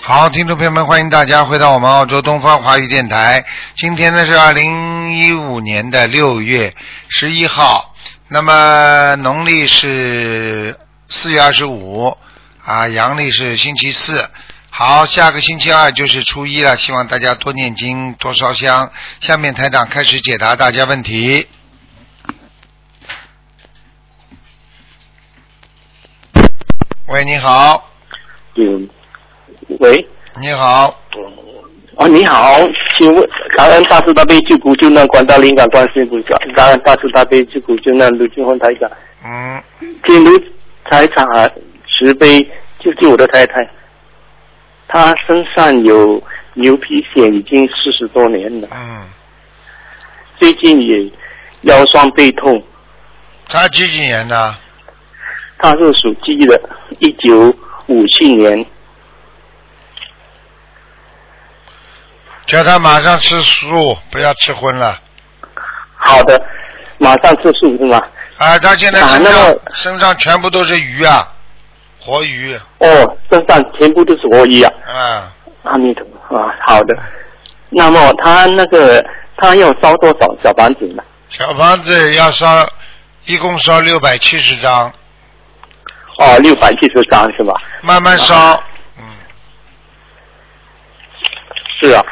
好，听众朋友们，欢迎大家回到我们澳洲东方华语电台。今天呢是二零一五年的六月十一号，那么农历是四月二十五啊，阳历是星期四。好，下个星期二就是初一了，希望大家多念经，多烧香。下面台长开始解答大家问题。喂，你好，嗯，喂，你好，哦，你好，请问，感恩大慈大悲救苦救难广大灵感观世音菩萨，感恩大慈大悲救苦救难卢俊宏台长，嗯，请卢台长啊慈悲救救我的太太，她身上有牛皮癣已经四十多年了，嗯，最近也腰酸背痛，他几几年的？她是属鸡的，一九五七年，叫他马上吃素，不要吃荤了。好的，马上吃素是吗？啊，他现在身啊上、那么身上全部都是鱼啊，活鱼哦，身上全部都是活鱼啊。啊，阿弥陀佛啊，好的。那么他那个他要烧多少小房子呢？小房子要烧，一共烧六百七十张，哦，六百七十张是吧？慢慢啊烧。嗯，是啊。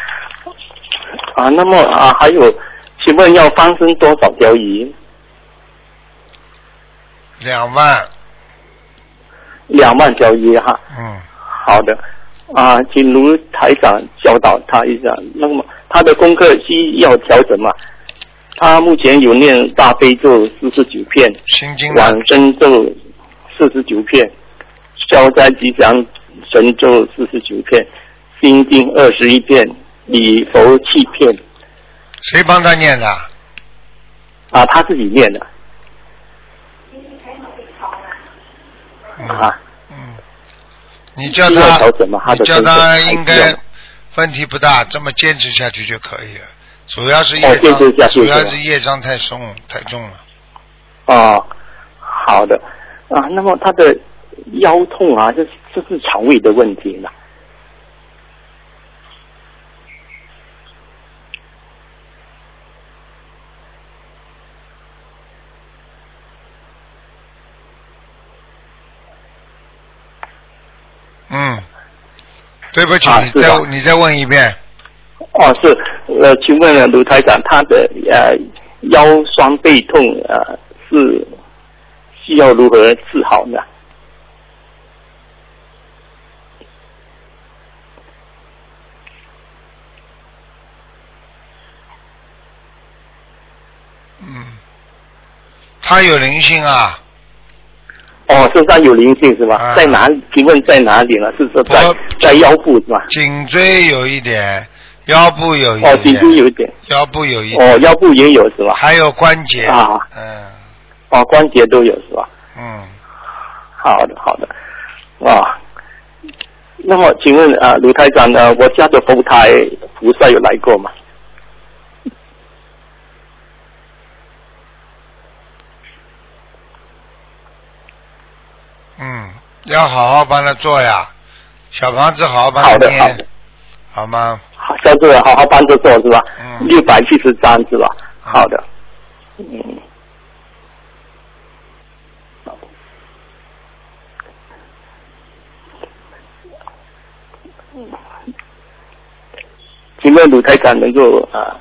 啊，那么啊，还有，请问要放生多少条鱼？两万，两万条鱼哈。嗯，好的。啊，请卢台长教导他一下。那么他的功课需要调整嘛？他目前有念大悲咒四十九片，心经啊，往生咒四十九片，消灾吉祥神咒四十九片，心经二十一片，礼佛七片谁帮他念的？啊，他自己念的嗯啊，嗯，你叫需要他调整吗，他你的叫他应功课还需该要问题不大，这么坚持下去就可以了。主要是哦业障，坚持下去主要是吧是业障太松太重了。哦，好的啊，那么他的腰痛啊，这这是肠胃的问题嘛？嗯，对不起，啊你是再吧你再问一遍，哦，是呃，请问了卢台长，他的呃腰酸背痛呃是需要如何治好呢？嗯，他有灵性啊，哦，身上有灵性是吧？啊在哪里？请问在哪里呢？是说在脖在腰部是吧？颈椎有一点，腰部有一哦，颈点，椎有一点，腰部有一点，哦，腰部也有是吧？还有关节，啊嗯哦，关节都有是吧？嗯，好的，好的，啊。那么，请问啊，卢台长呢？我家的佛台菩萨有来过吗？嗯，要好好帮他做呀，小房子好好帮好他的，好念的，，好吗？好，下次好好帮着做是吧？嗯六百七十张是吧？好的，嗯。请问鲁台长能够啊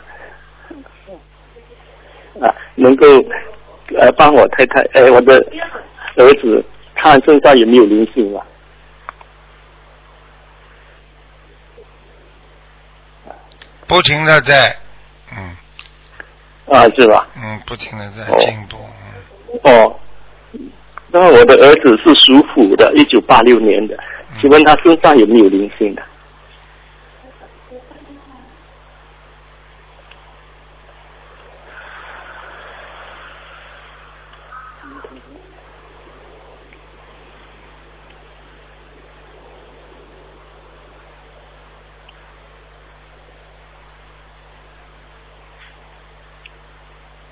啊能够呃帮我太太呃我的儿子看身上有没有灵性啊？不停的在，嗯啊是吧？嗯，不停的在哦进步，嗯哦，那么我的儿子是属虎的，一九八六年的，请问他身上有没有灵性的？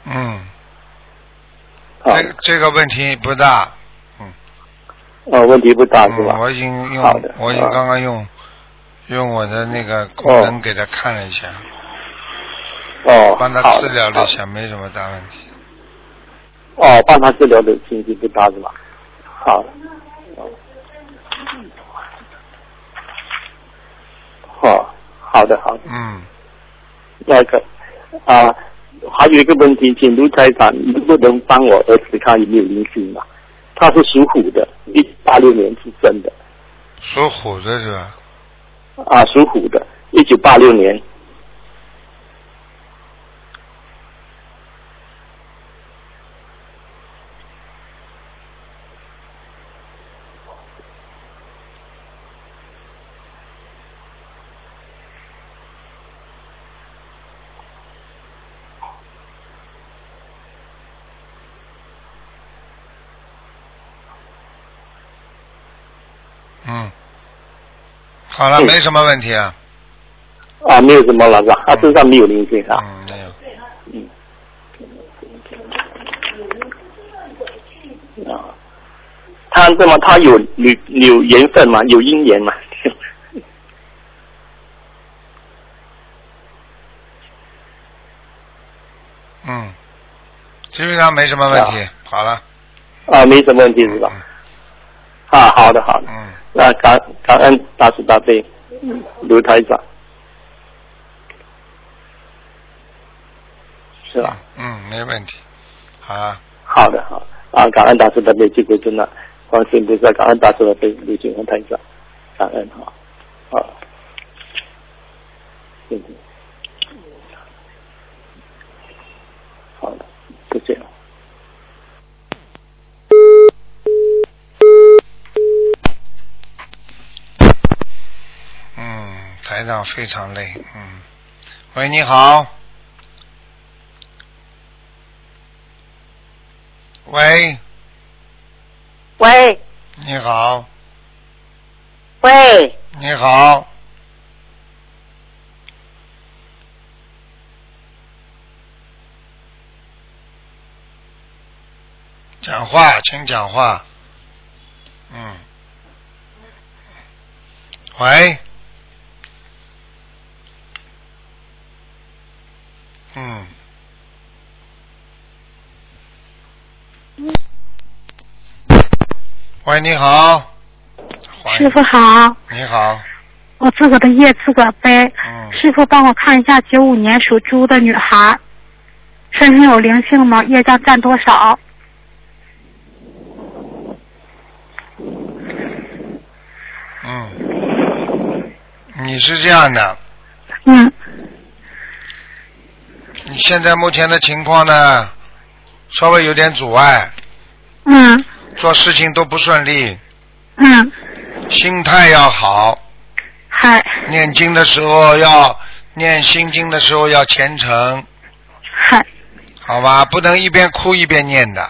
嗯，啊，这这个问题不大，哦，问题不大是嗯，吧？我已经好用的，哦我已经啊刚刚用用我的那个功能给他看了一下，哦，嗯帮他好治疗了一。下，好没什么大问题。哦，帮他治疗的经济不大是吧？好。哦，好的，好的。嗯，那个啊，还有一个问题，请卢台长能不能帮我儿子看有没有灵性啊？他是属虎的，一八六年出生的属虎的是吧？啊，属虎的，一九八六年。嗯，好了，嗯没什么问题啊。啊，没有什么了是吧？他身上没有灵性啊。嗯，没有。啊，他这么他有有有缘分嘛，有姻缘嘛。 嗯，基本上没什么问题。好了，啊，没什么问题是吧？啊，好的好的，嗯，那感感恩大慈大悲卢台长，是吧？嗯，没问题。好了，好的好的啊，感恩大慈大悲救苦救难，观世音菩萨，感恩大慈大悲卢俊宏台长，感恩哈，好，谢谢，好的，就这样。嗯，台长非常累。嗯，喂，你好。喂，喂你好，喂，你好，讲话，请讲话。嗯，喂，嗯，喂，你好，欢迎师傅好，你好，我自个儿的业自个儿背。嗯，师傅帮我看一下，九五年属猪的女孩，身上有灵性吗？业障占多少？嗯，你是这样的，嗯，你现在目前的情况呢，稍微有点阻碍，嗯，做事情都不顺利，嗯，心态要好，嗨，念经的时候要念心经的时候要虔诚，嗨，好吧，不能一边哭一边念的。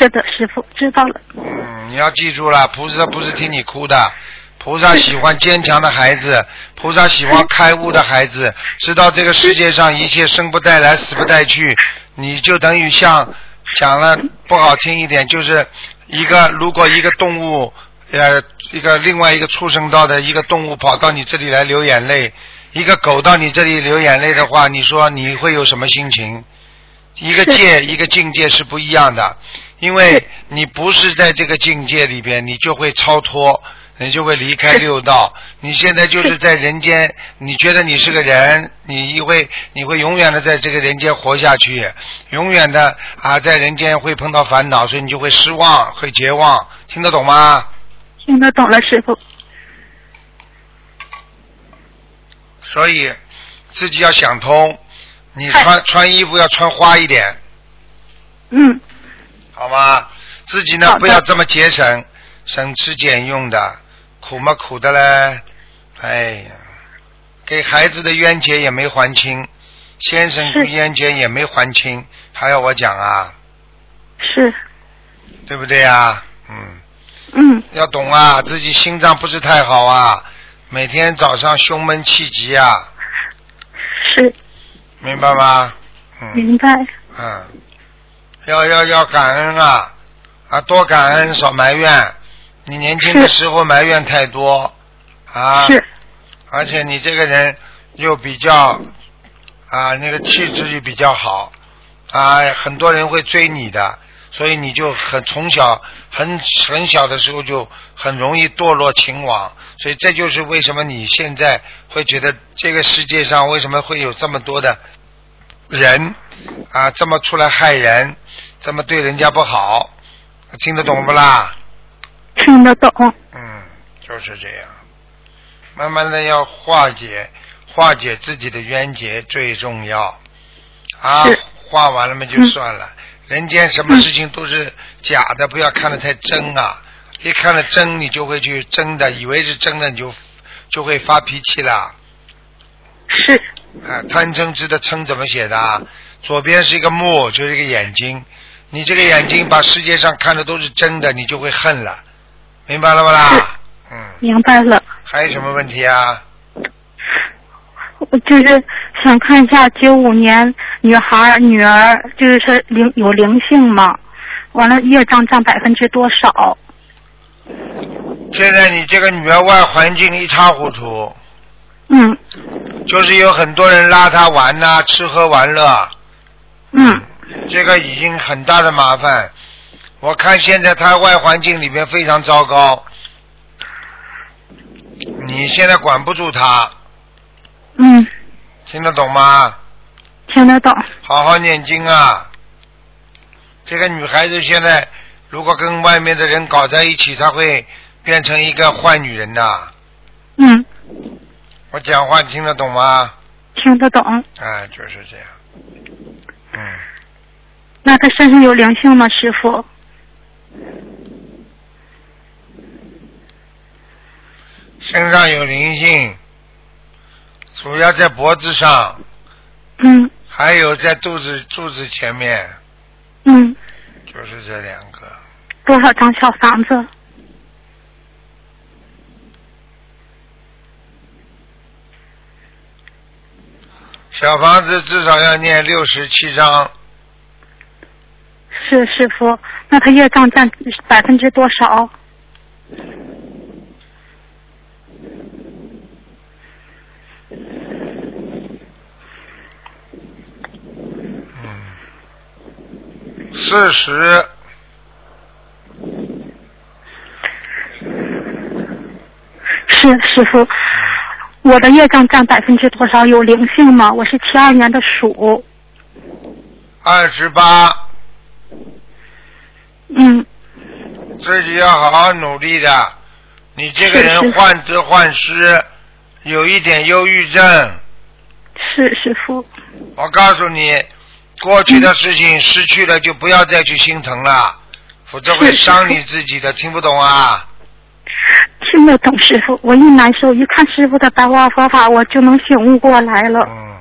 是的，师傅知道了。嗯，你要记住了，菩萨不是听你哭的，菩萨喜欢坚强的孩子，菩萨喜欢开悟的孩子，知道这个世界上一切生不带来，死不带去，你就等于像讲了不好听一点，就是一个如果一个动物。呃，一个另外一个畜生道的一个动物跑到你这里来流眼泪，一个狗到你这里流眼泪的话，你说你会有什么心情？一个界一个境界是不一样的，因为你不是在这个境界里边，你就会超脱，你就会离开六道。你现在就是在人间，你觉得你是个人，你会你会永远的在这个人间活下去，永远的啊在人间会碰到烦恼，所以你就会失望，会绝望，听得懂吗？听得懂了，师傅。所以自己要想通，你穿穿衣服要穿花一点，嗯，好吗？自己呢好的不要这么节省，省吃俭用的，苦嘛苦的嘞，哎呀，给孩子的冤结也没还清，先生是冤结也没还清，还要我讲啊，是，对不对啊？嗯，嗯，要懂啊，自己心脏不是太好啊，每天早上胸闷气急啊，是，明白吗？嗯明白。嗯，要要要感恩啊啊，多感恩少埋怨。你年轻的是时候埋怨太多啊，是，而且你这个人又比较啊，那个气质又比较好啊，很多人会追你的，所以你就很从小很很小的时候就很容易堕落情网，所以这就是为什么你现在会觉得这个世界上为什么会有这么多的人啊，这么出来害人，这么对人家不好，听得懂不啦？听得懂。嗯，就是这样。慢慢的要化解，化解自己的冤结最重要啊是！化完了嘛就算了，人间什么事情都是假的，不要看得太真啊！一看了真，你就会去真的，以为是真的，你就就会发脾气啦。是啊，贪嗔痴的嗔怎么写的啊？左边是一个木，就是一个眼睛。你这个眼睛把世界上看的都是真的，你就会恨了，明白了不啦？嗯，明白了，还有什么问题啊？我就是想看一下九五年女孩儿女儿，就是说灵有灵性吗？完了，业障占百分之多少？现在你这个女儿外环境一塌糊涂，嗯就是有很多人拉她玩呐、吃喝玩乐，嗯这个已经很大的麻烦。我看现在她外环境里面非常糟糕，你现在管不住她，嗯，听得懂吗？听得懂。好好念经啊！这个女孩子现在如果跟外面的人搞在一起，她会变成一个坏女人呐、嗯，我讲话你听得懂吗？听得懂。哎，就是这样。嗯，那她身上有灵性吗，师傅？身上有灵性，主要在脖子上，嗯还有在肚子肚子前面，嗯，就是这两个。多少张小房子？小房子至少要念六十七章，是师傅，那他业障占百分之多少？四十是师傅，我的业障占百分之多少？有灵性吗？我是七二年的鼠，二十八，嗯，自己要好好努力的。你这个是人是患得患失，有一点忧郁症。是师傅，我告诉你，过去的事情失去了就不要再去心疼了，否则会伤你自己的。听不懂啊？听得懂师傅。我一难受，一看师傅的白话佛法，我就能醒悟过来了。嗯，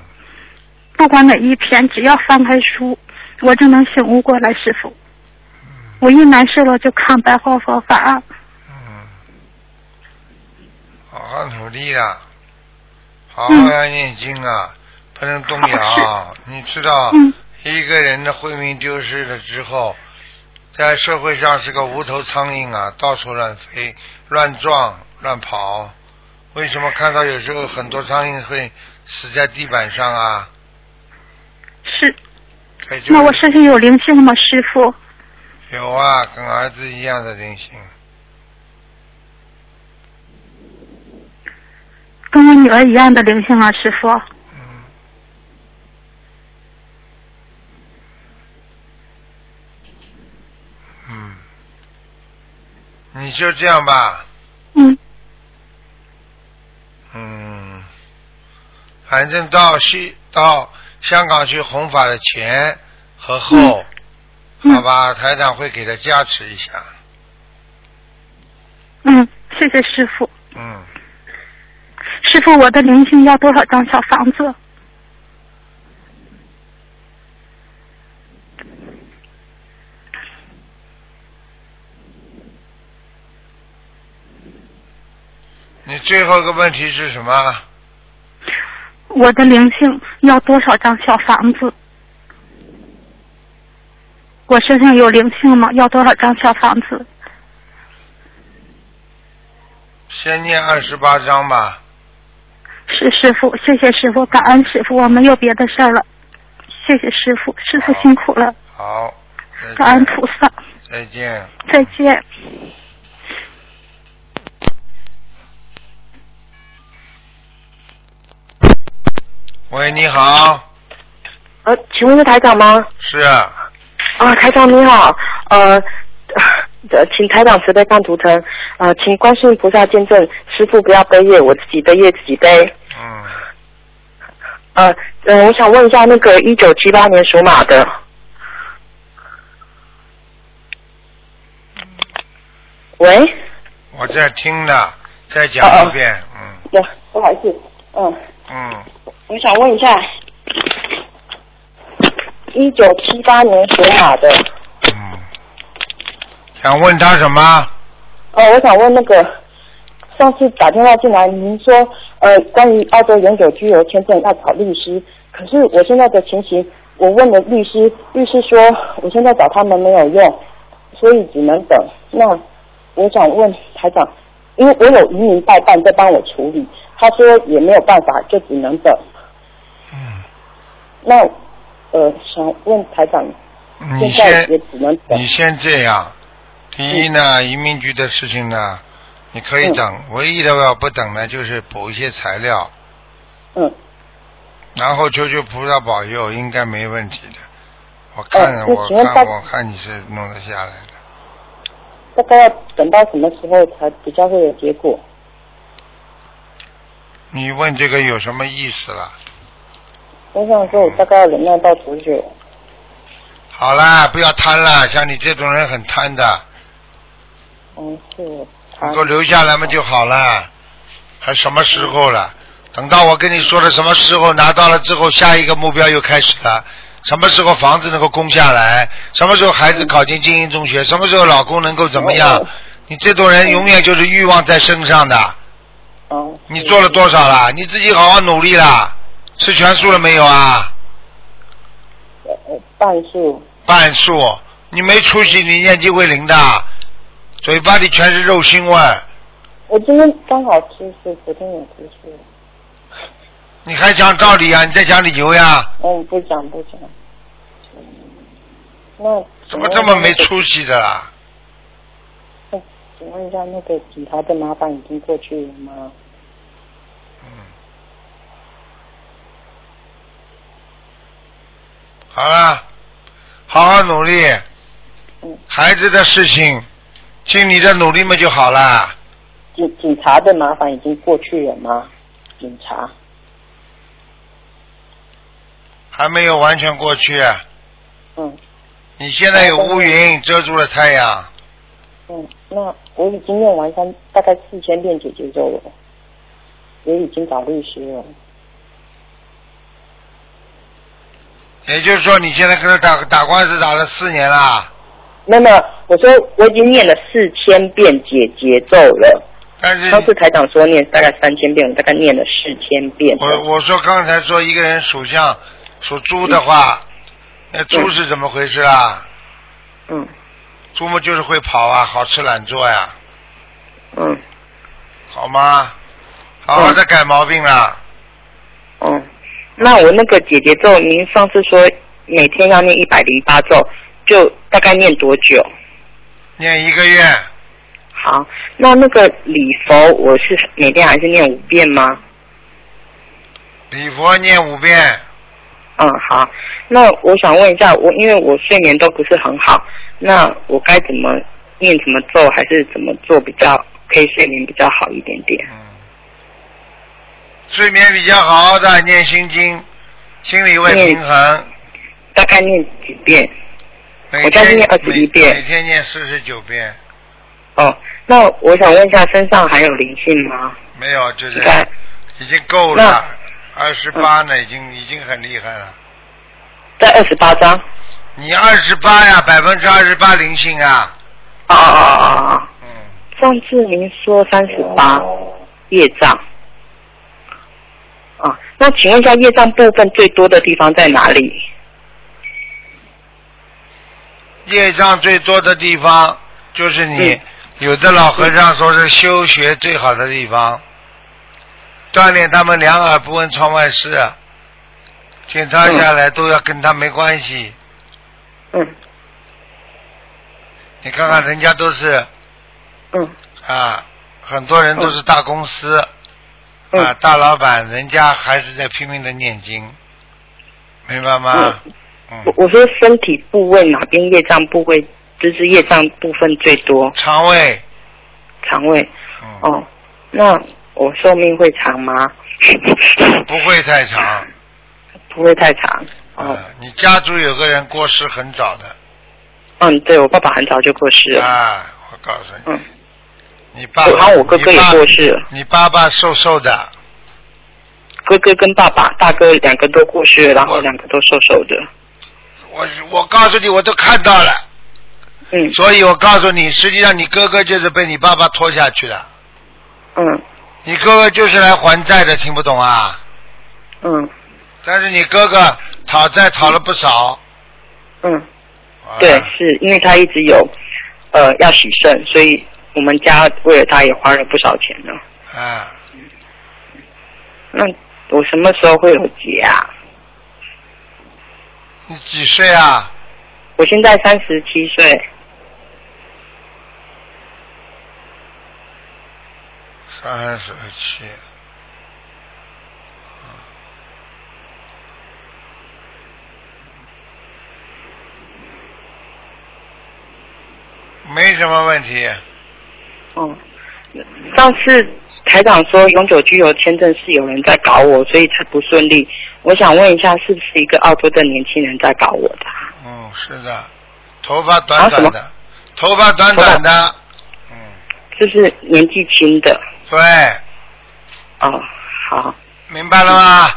不管哪一篇，只要翻开书，我就能醒悟过来。师傅，我一难受了就看白话佛法。嗯，好好努力啦，好好要念经啊，不能动摇啊。你知道，嗯一个人的慧命丢失了之后，在社会上是个无头苍蝇啊，到处乱飞、乱撞、乱跑。为什么看到有时候很多苍蝇会死在地板上啊？是，哎就是那我身上有灵性吗，师傅？有啊，跟儿子一样的灵性，跟我女儿一样的灵性啊，师傅。嗯，嗯，你就这样吧，嗯，嗯，反正到西到香港去弘法的前和后，嗯好吧，台长会给他加持一下，嗯，谢谢师傅。嗯，师傅，我的灵性要多少张小房子？你最后一个问题是什么？我的灵性要多少张小房子？我身上有灵性吗？要多少张小房子？先念二十八章吧，是师傅，谢谢师傅，感恩师傅，我没有别的事儿了，谢谢师傅，师傅辛苦了，好，再感恩见，菩萨，再见。再见。喂，你好，呃，请问是台长吗？是啊啊，台长你好，呃， 呃请台长慈悲看图腾，呃，请观世音菩萨见证，师傅不要背业，我自己的业自己背。嗯，呃，呃，我想问一下那个一九七八年属马的，喂，我在听呢，再讲一遍，嗯对，不好意思，嗯，嗯，我想问一下，一九七八年属马的，嗯，想问他什么？呃，我想问那个，上次打电话进来，您说呃，关于澳洲永久居留签证要找律师，可是我现在的情形，我问了律师，律师说我现在找他们没有用，所以只能等。那我想问台长，因为我有移民代办在帮我处理，他说也没有办法，就只能等。嗯，那呃，想问台长，你现在先也只能等你。先这样，第一呢，移民局的事情呢，你可以嗯等，唯一的要不等呢，就是补一些材料，嗯，然后求求菩萨保佑，应该没问题的。我看、嗯那我请问看大我看你是弄得下来的，大概要等到什么时候才比较会有结果？你问这个有什么意思了？我想说，我大概要忍耐到多久？好啦，不要贪啦，像你这种人很贪的，嗯，是我他能够留下来嘛就好了，还什么时候了？等到我跟你说的什么时候拿到了之后，下一个目标又开始了。什么时候房子能够供下来？什么时候孩子考进精英中学？什么时候老公能够怎么样嗯？你这种人永远就是欲望在身上的。嗯，你做了多少啦？你自己好好努力啦。吃全素了没有啊？呃呃半数，半数，你没出息，你念经会灵的，嘴巴里全是肉腥味儿，我今天刚好吃素，昨天也吃素。你还讲道理啊？你在讲理由呀？嗯，不讲不讲。那怎么这么没？出息的啦？嗯那请问一下，那个警察的麻烦已经过去了吗？好了，好好努力嗯，孩子的事情，尽你的努力嘛就好啦。警警察的麻烦已经过去了吗？警察还没有完全过去，嗯你现在有乌云遮住了太阳，嗯，那我已经用完三大概四千遍解决咒了，也已经找律师了。也就是说你现在跟他打打官司打了四年啦，那么我说我已经念了四千遍解节奏了，但是上次台长说念大概三千遍，我大概念了四千遍。我我说刚才说一个人属相属猪的话，那猪是怎么回事啊？嗯猪嘛就是会跑啊，好吃懒做呀、嗯好吗？好好的改毛病啦。嗯，那我那个解节奏，您上次说每天要念一百零八咒，就大概念多久？念一个月，好，那那个礼佛我是每天还是念五遍吗？礼佛念五遍，嗯，好。那我想问一下，我因为我睡眠都不是很好，那我该怎么念怎么咒，还是怎么做比较可以睡眠比较好一点点？嗯睡眠比较好的念心经，心理会平衡。大概念几遍？每我家天念21遍每每天念四十九遍，哦，那我想问一下，身上还有灵性吗？没有就应是该已经够了。二十八嗯呢，已经已经很厉害了。在二十八章。你二十八呀，百分之二十八灵性啊。啊啊啊啊！啊！嗯，上次您说三十八哦业障。啊，那请问一下，业障部分最多的地方在哪里？业障最多的地方就是你。嗯有的老和尚说是修学最好的地方，锻炼他们两耳不闻窗外事，啊检查下来都要跟他没关系。嗯你看看人家都是嗯啊，很多人都是大公司啊嗯，大老板，人家还是在拼命的念经，明白吗？嗯，我我说身体部位哪边业障部位，就是业障部分最多，肠胃，肠胃。嗯，哦，那我寿命会长 吗？不会太长。不会太长。哦，啊，你家族有个人过世很早的嗯，对我爸爸很早就过世了。啊，我告诉你，嗯，你爸我爸，还有我哥哥也过世了你爸，你爸爸瘦瘦的，哥哥跟爸爸、大哥两个都过世了，然我后两个都瘦瘦的。我我告诉你，我都看到了，嗯所以我告诉你，实际上你哥哥就是被你爸爸拖下去的，嗯你哥哥就是来还债的，听不懂啊？嗯但是你哥哥讨债讨了不少，嗯，啊对，是因为他一直有呃要洗肾，所以我们家为了他也花了不少钱呢。啊，那我什么时候会有结啊？你几岁啊？我现在三十七岁，三十七。没什么问题，哦，上次台长说永久居留签证是有人在搞我，所以才不顺利。我想问一下，是不是一个澳洲的年轻人在搞我的啊？嗯，是的，头发短短啊的，什么头发短短的，嗯，就是年纪轻的对，哦，好，明白了吗？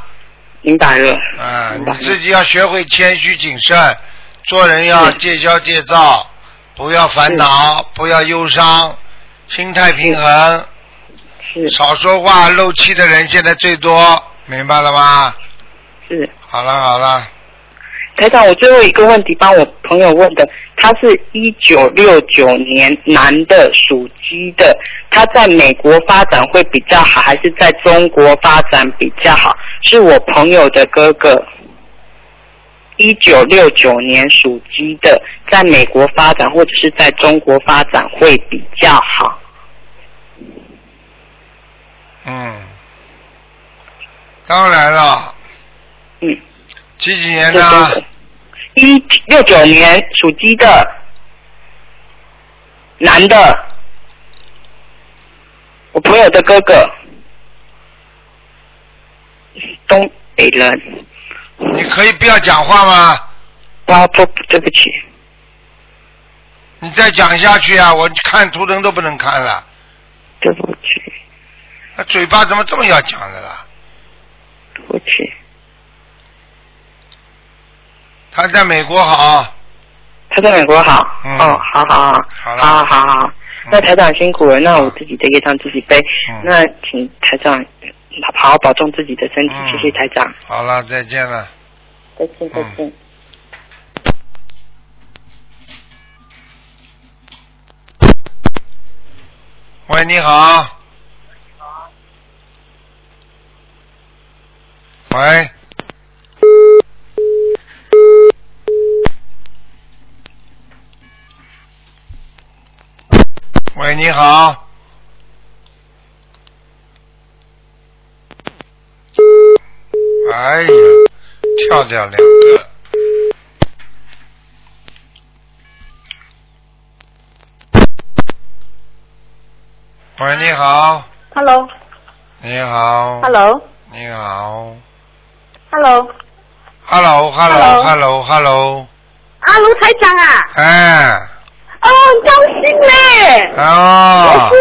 明白了。啊，明你白了自己要学会谦虚谨慎，做人要嗯戒骄戒躁，不要烦恼，不要忧伤，心态平衡，是少说话。漏气的人现在最多，明白了吗？是，好了好了，台长，我最后一个问题帮我朋友问的，他是一九六九年男的，属鸡的，他在美国发展会比较好，还是在中国发展比较好？是我朋友的哥哥，一九六九年属鸡的，在美国发展或者是在中国发展会比较好？嗯，当然了，嗯，几几年在中呢？国。啊一六九年属鸡的，男的，我朋友的哥哥，东北人。你可以不要讲话吗？啊，不，对不起，你再讲下去啊，我看图腾都不能看了，对不起，那嘴巴怎么这么要讲的啦？对不起，他在美国好，他在美国好。嗯哦，好好好，好了好好好。那台长辛苦了，那我嗯自己的业障自己背。嗯那请台长好好保重自己的身体，嗯谢谢台长。好了，再见了。再见，再见。喂，你好。喂。喂，你好。哎呀，跳掉两个。喂，你好， Hello，Hello，Hello，你好你好 Hello ，Hello，Hello，Hello，Hello，啊，卢台长啊，哎，哦，很高兴嘞，哦我，是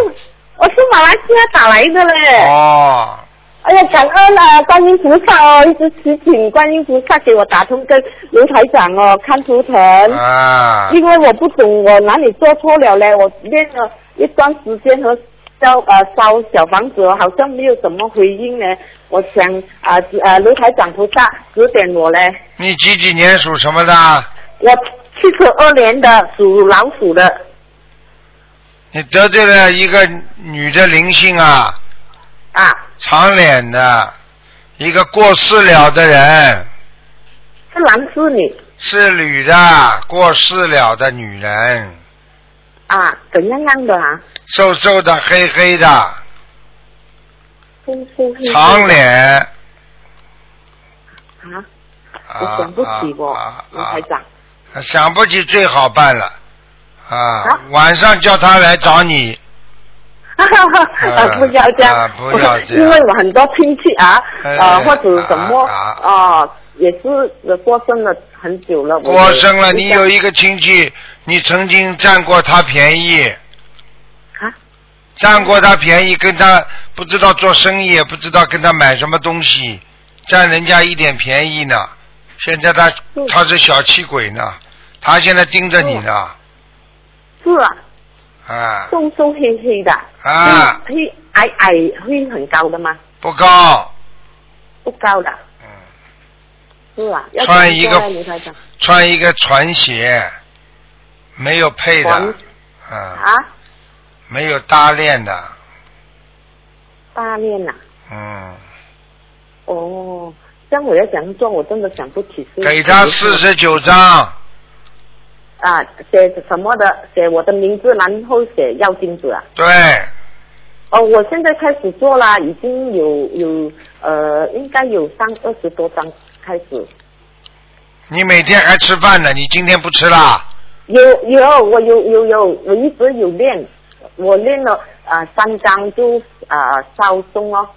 我是马来西亚打来的嘞，哦，哎呀，感恩啊，观音菩萨哦，一直祈请观音菩萨给我打通跟卢台长哦看图腾，啊，因为我不懂我哪里做错了嘞，我练了一段时间和。烧呃烧小房子哦好像没有什么回应呢，我想啊呃卢台长菩萨指点我嘞，你几几年属什么的？我七十二年的属老鼠的，你得罪了一个女的灵性啊，啊，长脸的，一个过世了的人，是男是女是女的，过世了的女人，啊？怎样样的啊？瘦瘦的，黑黑的，啊是是是。长脸。啊，啊我想不起我，啊卢啊台长。啊想不起最好办了，啊啊，晚上叫他来找你，哈哈啊不要这样，啊不要这样因为我很多亲戚啊，哎呃，或者什么啊哦，也是过生了很久了。我也过生了，你有不想一个亲戚，你曾经占过他便宜，啊？占过他便宜，跟他不知道做生意，也不知道跟他买什么东西，占人家一点便宜呢。现在他嗯他是小气鬼呢，他现在盯着你呢，是啊，啊瘦瘦黑黑的，啊，会会嗯矮矮会很高的吗？不高，不高的，嗯，是啊，要穿怎么一做个呢卢台长穿一个船鞋，没有配船的，啊，啊，没有搭链的，大面呐、嗯，哦，这样我要怎样做？我真的想不起是。给他四十九张，啊，写什么的？写我的名字，然后写药金子啊。对，哦，我现在开始做啦，已经有有呃，应该有三二十多张开始。你每天还吃饭呢，你今天不吃啦？有有，我有有有，我一直有练，我练了啊、呃三张就啊、呃烧钟哦。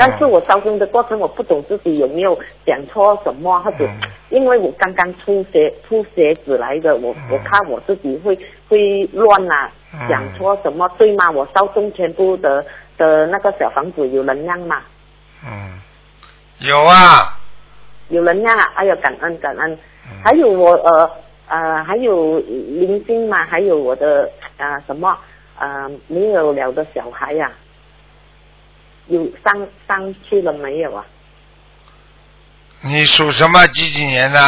但是我烧钟的过程，我不懂自己有没有讲错什么，或者嗯因为我刚刚出血出血子来的，我嗯我怕我自己会会乱啦、嗯讲错什么对吗？我烧钟全部的的那个小房子有能量嘛？嗯，有啊，有能量啊！哎呀，感恩感恩。嗯还有我呃呃，还有零星嘛，还有我的啊、呃什么啊、呃没有了的小孩呀、有上上去了没有啊？你属什么几几年的？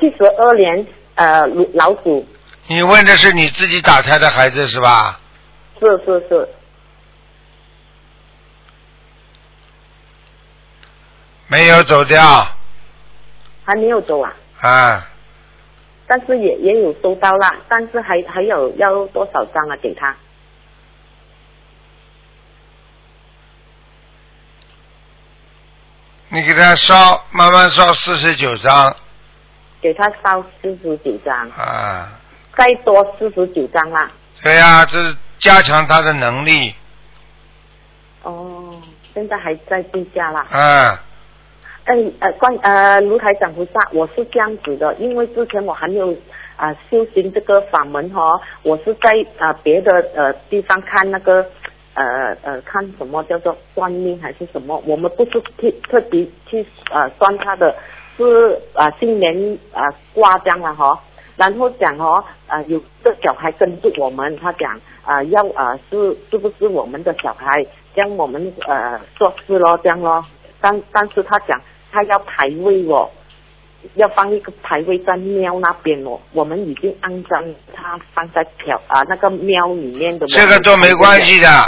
七十二年呃老老鼠你问的是你自己打胎的孩子是吧？是是是没有走掉还没有走啊，啊，但是也也有收到啦，但是还还有要多少张啊给他？你给他烧，慢慢烧四十九张给他烧四十九张，啊，再多四十九张啦。对呀、这是加强他的能力哦，现在还在低价啦。啊，哎呃，关呃，卢台长菩萨，我是这样子的，因为之前我还没有啊、修行这个法门哈、我是在啊、别的呃地方看那个呃呃看什么叫做算命还是什么，我们不是特特别去啊算他的，是啊、新年啊、挂这样了哈、然后讲哦，啊，有个小孩跟着我们，他讲啊、要啊、是是不是我们的小孩，这样我们呃做事咯，这样咯。但但是他讲他要排位哦，要放一个排位在庙那边哦，我们已经安装他放在条啊、那个庙里面的。这个都没关。系的。啊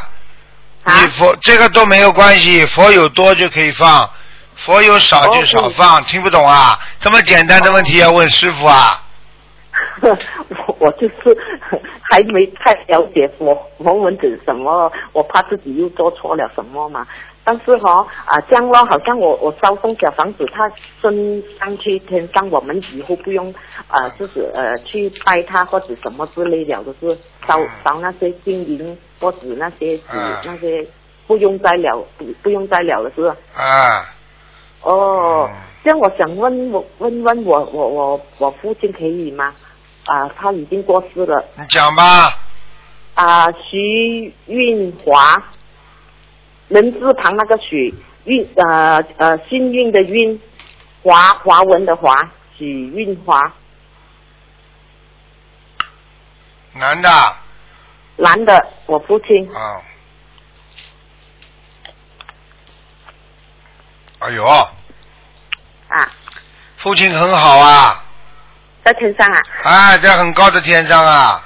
你佛这个都没有关系，佛有多就可以放，佛有少就少哦放，听不懂啊？这么简单的问题要问师傅啊？ 我我就是 还没太了解佛佛文是什么，我怕自己又做错了什么嘛。但是哈、哦、啊，这样咯，好像我我烧送小房子，他升上去天上，我们以后不用啊，就是呃去拜他或者什么之类了，就是烧嗯烧那些金银或者那些纸、嗯那些，不用再了，不不用再了了，是吧？啊，哦嗯，这样我想问我问问我我我我父亲可以吗？啊，他已经过世了你讲吧。啊，徐运华，人字旁那个许运呃呃幸运的运，华华文的华，许运华，男的啊、男的，我父亲哎呦，啊，父亲很好啊，在天上啊。哎，在很高的天上啊，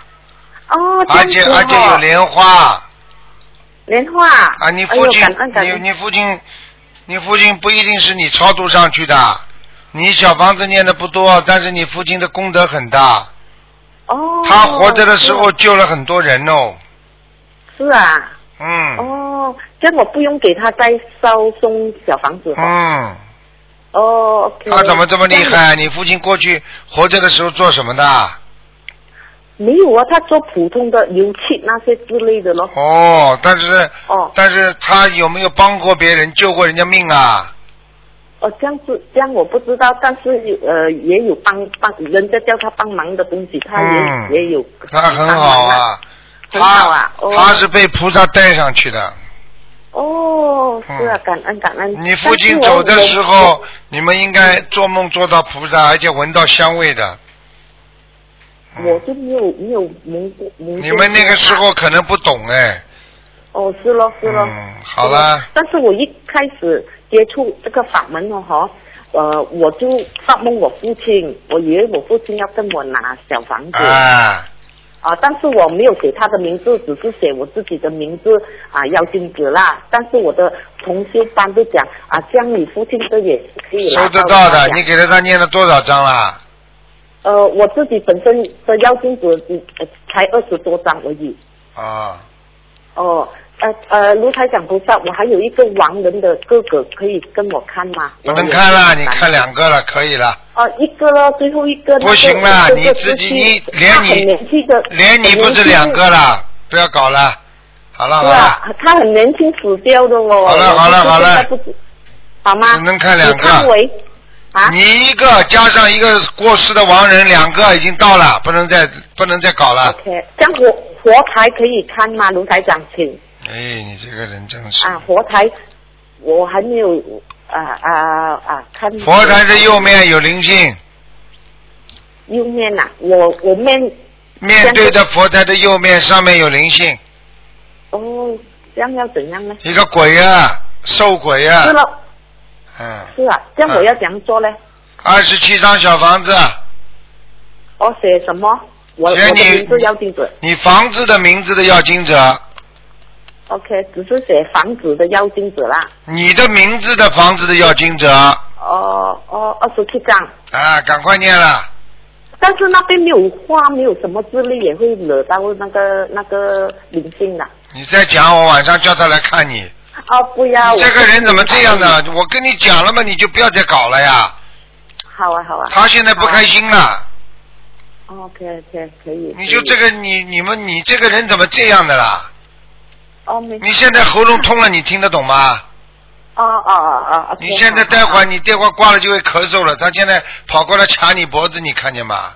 哦，这而样且子哦而且有莲花，莲花啊，你哎父呦，亲感恩，感你恩，你父亲，你父亲不一定是你超度上去的，你小房子念的不多，但是你父亲的功德很大，哦，他活着的时候是救了很多人哦，是啊，嗯哦，这样我不用给他再烧送小房子哦，嗯，哦，OK，他怎么这么厉样害？你父亲过去活着的时候做什么的？没有啊，他做普通的油漆那些之类的咯。哦，但是哦，但是他有没有帮过别人，救过人家命啊？哦，这样子，这样我不知道，但是呃，也有帮帮人家叫他帮忙的东西，他也、嗯也有。他很好。啊，很好他啊哦他是被菩萨带上去的。哦，是啊，嗯感恩感恩。你父亲走的时候，嗯你们应该做梦做到菩萨，而且闻到香味的。嗯但是我，我就没有没有蒙过蒙。你们那个时。候可能不懂哎。哦，是咯，是咯。嗯，好了，但是我一开始接触这个法门哦，哈，呃，我就发梦我父亲，我以为我父亲要跟我拿小房子。啊，啊，但是我没有写他的名字，只是写我自己的名字啊，妖精子啦。但是我的同修班就讲啊，这样你父亲的也是可以拿收得到的的。你给他他念了多少章啦？呃，我自己本身的妖精子呃才二十多张而已。啊，哦，呃呃，卢台长菩萨，我还有一个亡人的哥哥，可以跟我看吗？不哦能看了，我有你看。两个了，可以了。哦、一个了，最后一个那个。不行啦，一个你哥哥自己出去你他连很你年轻的连你很不年是轻两的个了，不要搞了，好了好是了，啊，他很年轻死掉的哦。好了好了好了不知好吗？只能看两个你看为啊，你一个加上一个过世的亡人，两个已经到了，不能再不能再搞了。 OK，这样活活台可以看吗？卢台长，请哎，你这个人真是，嗯啊，活台我还没有啊啊啊看。佛台的右面有灵性，右面呐、我我面面对着佛台的右面上面有灵性，哦，这样要怎样呢？一个鬼啊，瘦鬼啊是，了，嗯，是啊，这样我要怎样做呢？二十七张小房子，我写什么？我我写的你名字要记准你房子的名字的要经者， ，OK，只是写房子的要精子啦。你的名字的房子的要经者，哦哦，二十七张。啊，赶快念了。但是那边没有花，没有什么之类，也会惹到那个那个灵性的。你再讲，我晚上叫他来看你。哦，不要。你这个人怎么这样我呢？我跟你讲了嘛，你就不要再搞了呀。好啊，好啊。他现在不开心了， OK OK，可以。你就可以这。个你你们你这个人怎么这样的啦？哦，没。你现在喉咙痛了，你听得懂吗？哦哦哦哦。OK，ờ, 你现在好待会儿。你电话挂了就会咳嗽了，他现在跑过来掐你脖子，你看见吗？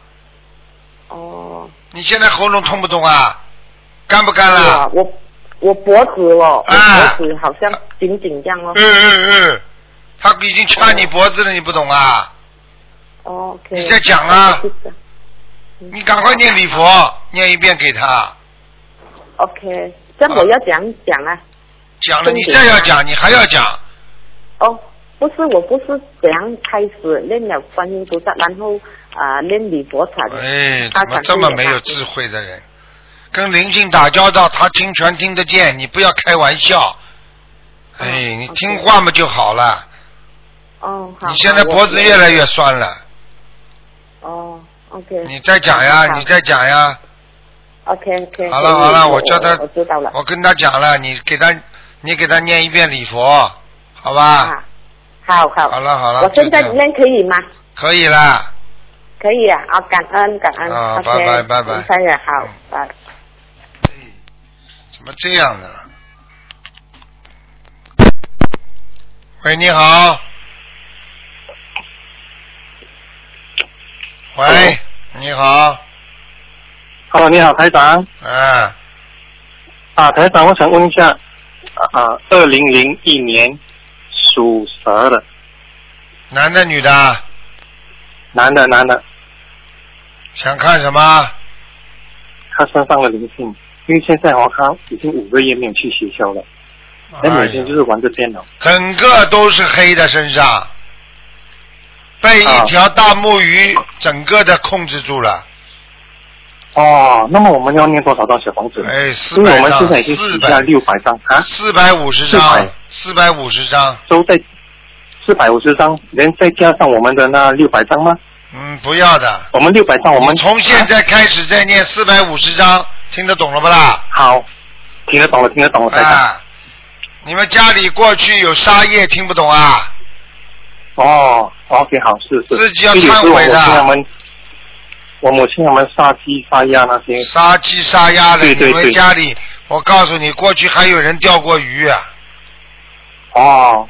好哦。你现在喉咙痛不痛啊？干不干是啦啊？我我脖子哦，啊我脖子好像紧紧这样哦嗯。嗯嗯，他已经掐你脖子了，你不懂啊？哦 Ờ, OK。你在讲啊是的。你赶快念礼佛，念一遍给他。 OK，这样我要讲讲啊。讲了，你再要讲，你还要讲。哦，不是，我不是怎样开始练了观音菩萨，然后啊、练礼佛禅。哎，他怎么这么没有智慧的人？跟灵性打交道，他听全听得见，你不要开玩笑。哎，嗯你，OK 听话嘛就好了。哦，好。你现在好脖子越来越酸了，我哦，OK。Ờ, 你再讲呀，你再讲呀。 OK OK。好了好了，我叫他我知道了，。我跟他讲了，你给他，你给他念一遍礼佛，好吧？啊，好好。好了好了，我现在就这样练可以吗？可以啦。可以啊，啊，感恩感恩。啊 OK，拜拜拜拜嗯三人好嗯，拜。哎怎么这样的了？喂，你好。喂，你好， Hello，你好，台长。嗯，啊，台长，我想问一下，啊，二零零一年属蛇的，男的女的，男的，男的，想看什么？哎他身上的灵性，因为现在哦，他已经五个月没有去学校了，那哎每呀天就是玩着电脑。整个都是黑的身上，啊被一条大木鱼整个的控制住了，哦，那么我们要念多少张小房子？哎，四因为百我们现张，在已经四剩百下六百张啊，四百五十张，四百五十张。都在四百五十张，连再加上我们的那六百张吗？嗯，不要的。我们六百张，我们你从现在开始再念四百五十张，听得懂了不啦？啊好，听得懂了，听得懂了，台长。啊，你们家里过去有沙业，听不懂啊？哦，OK，好，是是。自己要因为有时候忏悔的我母亲他们，我母亲他们杀鸡杀鸭那些。杀鸡杀鸭的，对对你们对家里，我告诉你，过去还有人钓过鱼啊。哦，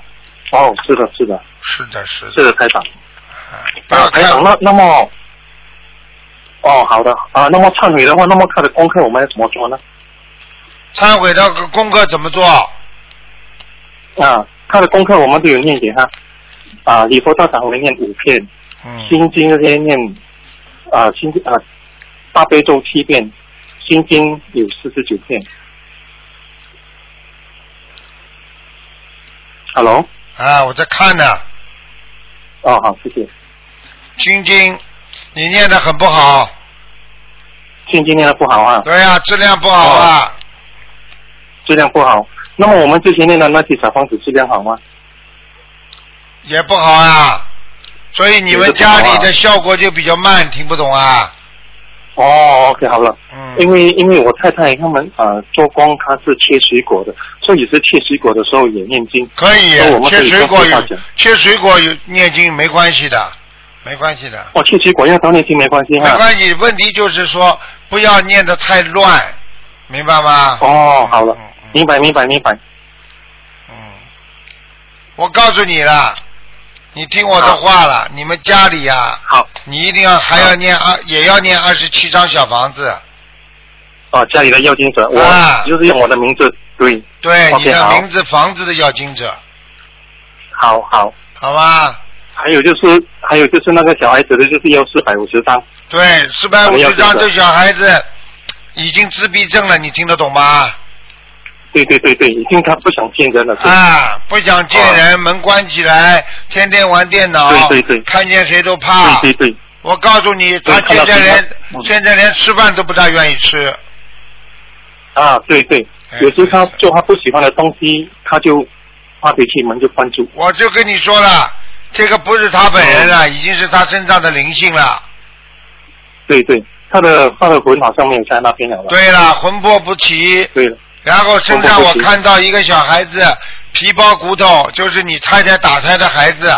哦，是的，是的，是的，是的是。的，台长。啊不啊要，台看长，那那么，哦，好的啊，那么忏悔的话，那么他的功课我们要怎么做呢？忏悔的功课怎么做？啊，他的功课我们都有念给他。啊，礼佛大忏悔念五遍，嗯，心经那些念啊，心啊大悲咒七遍，心经有四十九遍。Hello，啊，我在看呢、哦好，谢谢。君君，你念的很不好，心经念的不好啊，对呀、质量不好哦啊。质量不好。那么我们之前念的那些小方子质量好吗？也不好啊，所以你们家里啊的效果就比较慢，听不懂啊？哦，OK，好了。嗯，因为因为我太太他们呃做工，她是切水果的，所以也是切水果的时候也念经。可以那我，们可切以水果跟大有家讲切水果有念经没关系的，没关系的，哦，切水果要当念经没关系没哈。关系。问题就是说不要念的太乱，明白吗？哦，好了嗯，嗯明白明白明白。嗯，我告诉你了，你听我的话啊了，你们家里呀、好，你一定要还要念啊二，也要念二十七张小房子。哦，家里的要经者，我、啊就是用我的名字，对，对， OK，你的好名字、房子的要经者，好好。好吧？还有就是，还有就是那个小孩子的，就是要四百五十张。对，四百五要十经张，者这小孩子已经自闭症了，你听得懂啊吗？对对对对，已经他不想见人了。是啊，不想见人，门关起来，天天玩电脑，对对对看见谁都怕。对对对，我告诉你，他现看到在谁连都嗯现在连吃饭都不大愿意吃。啊，对对，哎有时候他对做他不喜欢的东西，他就发脾气，门就关住。我就跟你说了，这个不是他本人了，嗯已经是他身上的灵性了。对对，他的他的魂好像没有在那边了。对了，魂魄不齐，对了，然后身上我嗯魂魄不齐看到一个小孩子，皮包骨头，就是你太太打胎的孩子，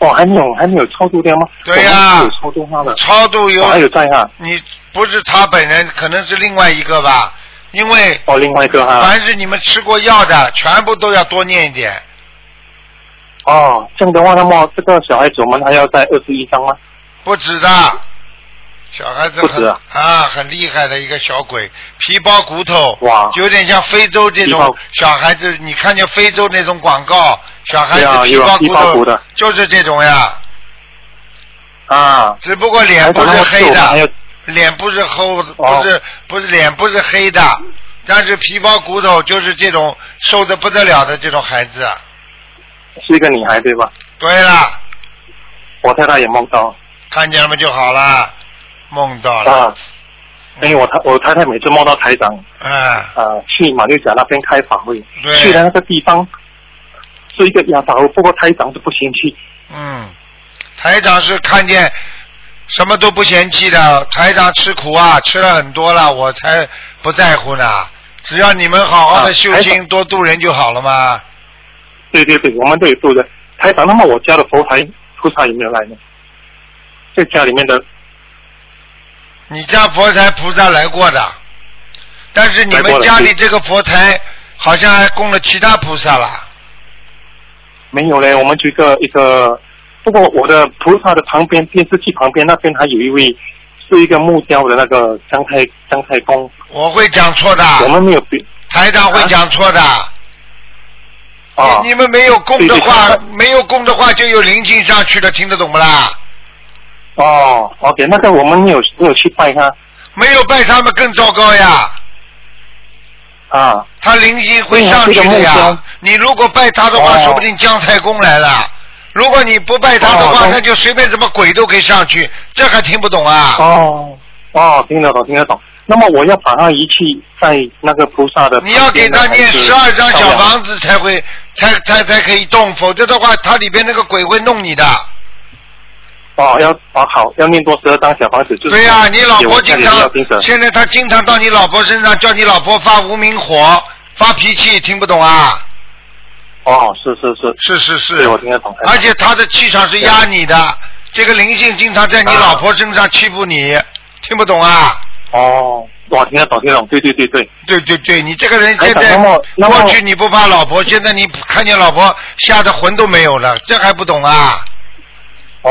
哦，还没有还没有超度掉吗？对呀我们是有超度他的，超度有哦、还有在哈、你不是他本人，可能是另外一个吧，因为哦，另外一个哈、凡是你们吃过药的，全部都要多念一点。哦，这样的话，那么这个小孩子我们还要再二十一张吗？不止的，小孩子不很止啊很厉害的一个小鬼，皮包骨头，哇有点像非洲这皮种包小孩子，你看见非洲那种广告，小孩对子啊皮包有皮骨包头，骨的就是这种呀，啊，只不过脸还不是黑还要的，脸不是厚，哦不是不是脸不是黑的，但是皮包骨头就是这种瘦的不得了的这种孩子。啊是一个女孩对吧？对了，我太太也梦到看见了吗就好了，梦到了，啊，因为我太我太太每次梦到台长嗯，啊去马六甲那边开法会，对去了那个地方是一个亚法会，不过台长是不嫌弃，嗯，台长是看见什么都不嫌弃的，台长吃苦啊，吃了很多了，我才不在乎呢。只要你们好好的啊修台心，长多度人就好了嘛。对对对，我们都有住的台长。那么我家的佛台菩萨有没有来呢？在家里面的你家佛台菩萨来过的，但是你来过们了家里对这个佛台好像还供了其他菩萨了。没有嘞，我们就一个一个，不过我的菩萨的旁边电视机旁边那边还有一位是一个木雕的那个姜太姜太公，我会讲错的，我们没有别台长会啊讲错的。哦你你们没有供的话对对，对没有供的话就有灵性上去了，听得懂不啦？哦，OK，那个我们没有没有去拜他没有拜他们更糟糕呀。啊，他灵性会上去的对呀这嗯个目呀标。你如果拜他的话，哦说不定姜太公来了。如果你不拜他的话，哦那就随便什么鬼都可以上去，这还听不懂啊？哦哦，听得懂，听得懂。那么我要把它遗弃在那个菩萨的旁你边。要给他念还是十二张照小亮房子才会，才才才可以动，否则的话，它里边那个鬼会弄你的。哦，要哦好，要念多十二张小房子，就是对呀、你老婆经要常精神，现在他经常到你老婆身上，叫你老婆发无名火、发脾气，听不懂啊？哦，是是是，是是是对，我听得懂。哎而且他的气场是压你的，这个灵性经常在你啊老婆身上欺负你，听不懂啊？哦，我听得懂，听得懂，对对对对，对对对，你这个人现台在哎长那么那么过去你不怕老婆，现在你看见老婆吓得魂都没有了，这还不懂啊？哦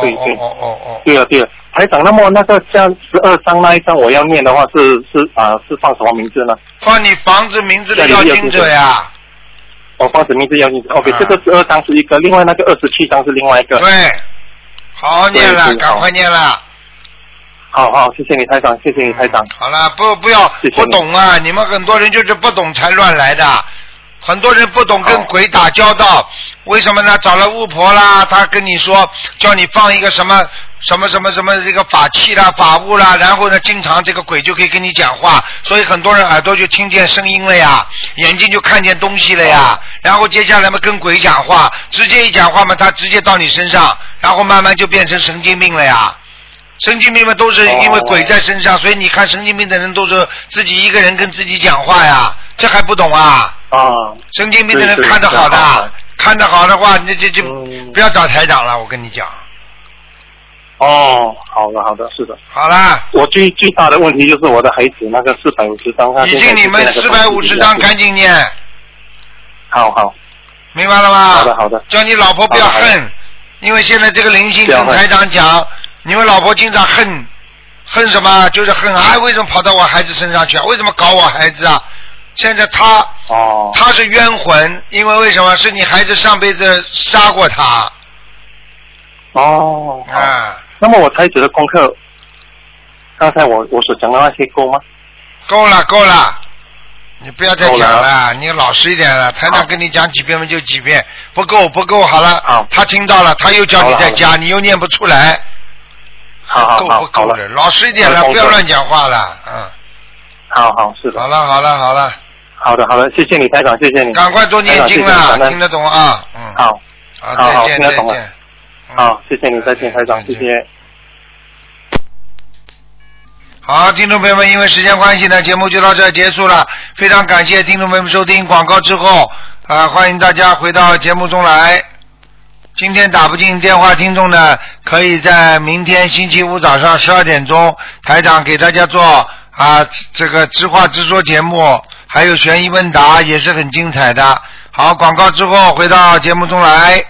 哦对哦对，哦哦哦，对了对了，台长，那么那个像十二章那一章我要念的话是是啊、是放什么名字呢？放你房子名字的要经者呀，我哦放什么名字要念？OK，、啊这个十二章是一个，另外那个二十七章是另外一个。对，好好念了，对对赶快念了。好好，谢谢你台长，谢谢你台长。好了，不不要谢谢你不懂啊！你们很多人就是不懂才乱来的，很多人不懂跟哦鬼打交道，为什么呢？找了巫婆啦，她跟你说叫你放一个什么什么什么什么这个法器啦、法物啦，然后呢，经常这个鬼就可以跟你讲话，所以很多人耳朵就听见声音了呀，眼睛就看见东西了呀，然后接下来嘛跟鬼讲话，直接一讲话嘛，他直接到你身上，然后慢慢就变成神经病了呀。神经病嘛，都是哦因为鬼在身上，所以你看神经病的人都是自己一个人跟自己讲话呀，这还不懂啊？啊，神经病的人对对看得好是啊的，看得好的话，你就就嗯不要找台长了，我跟你讲。哦，好的好的，是的。好啦，我最最大的问题就是我的孩子那个四百五十张，他已现在经你们是四那个百五十张，赶紧念，好好明白了吗？好的好的，叫你老婆不要好的好恨，因为现在这个灵性不要跟恨台长讲，你们老婆经常恨，恨什么？就是恨啊！为什么跑到我孩子身上去啊？为什么搞我孩子啊？现在他哦他是冤魂，因为为什么？是你孩子上辈子杀过他哦。好啊，那么我才子的功课，刚才我我所讲的那些够吗？够了够了，你不要再讲够了，了你老实一点了。台长好跟你讲几遍嘛就几遍，不够不够，好了，好他听到了，他又叫好你了再好了加，你又念不出来，好好够好不好够了了？，老实一点了，我的功不课要乱讲话了，嗯，好好是的好，了好了好了，好的好的，谢谢你台长，谢谢你，赶快多念经了嗯台长谢谢你，感听恩得懂啊？嗯，好好，好再好见听得再懂了见，嗯好，谢谢你，再见台长，谢谢。好，听众朋友们，因为时间关系呢，节目就到这儿结束了。非常感谢听众朋友们收听广告之后，啊、欢迎大家回到节目中来。今天打不进电话，听众呢可以在明天星期五早上十二点钟，台长给大家做啊这个直话直说节目，还有悬疑问答也是很精彩的。好，广告之后回到节目中来。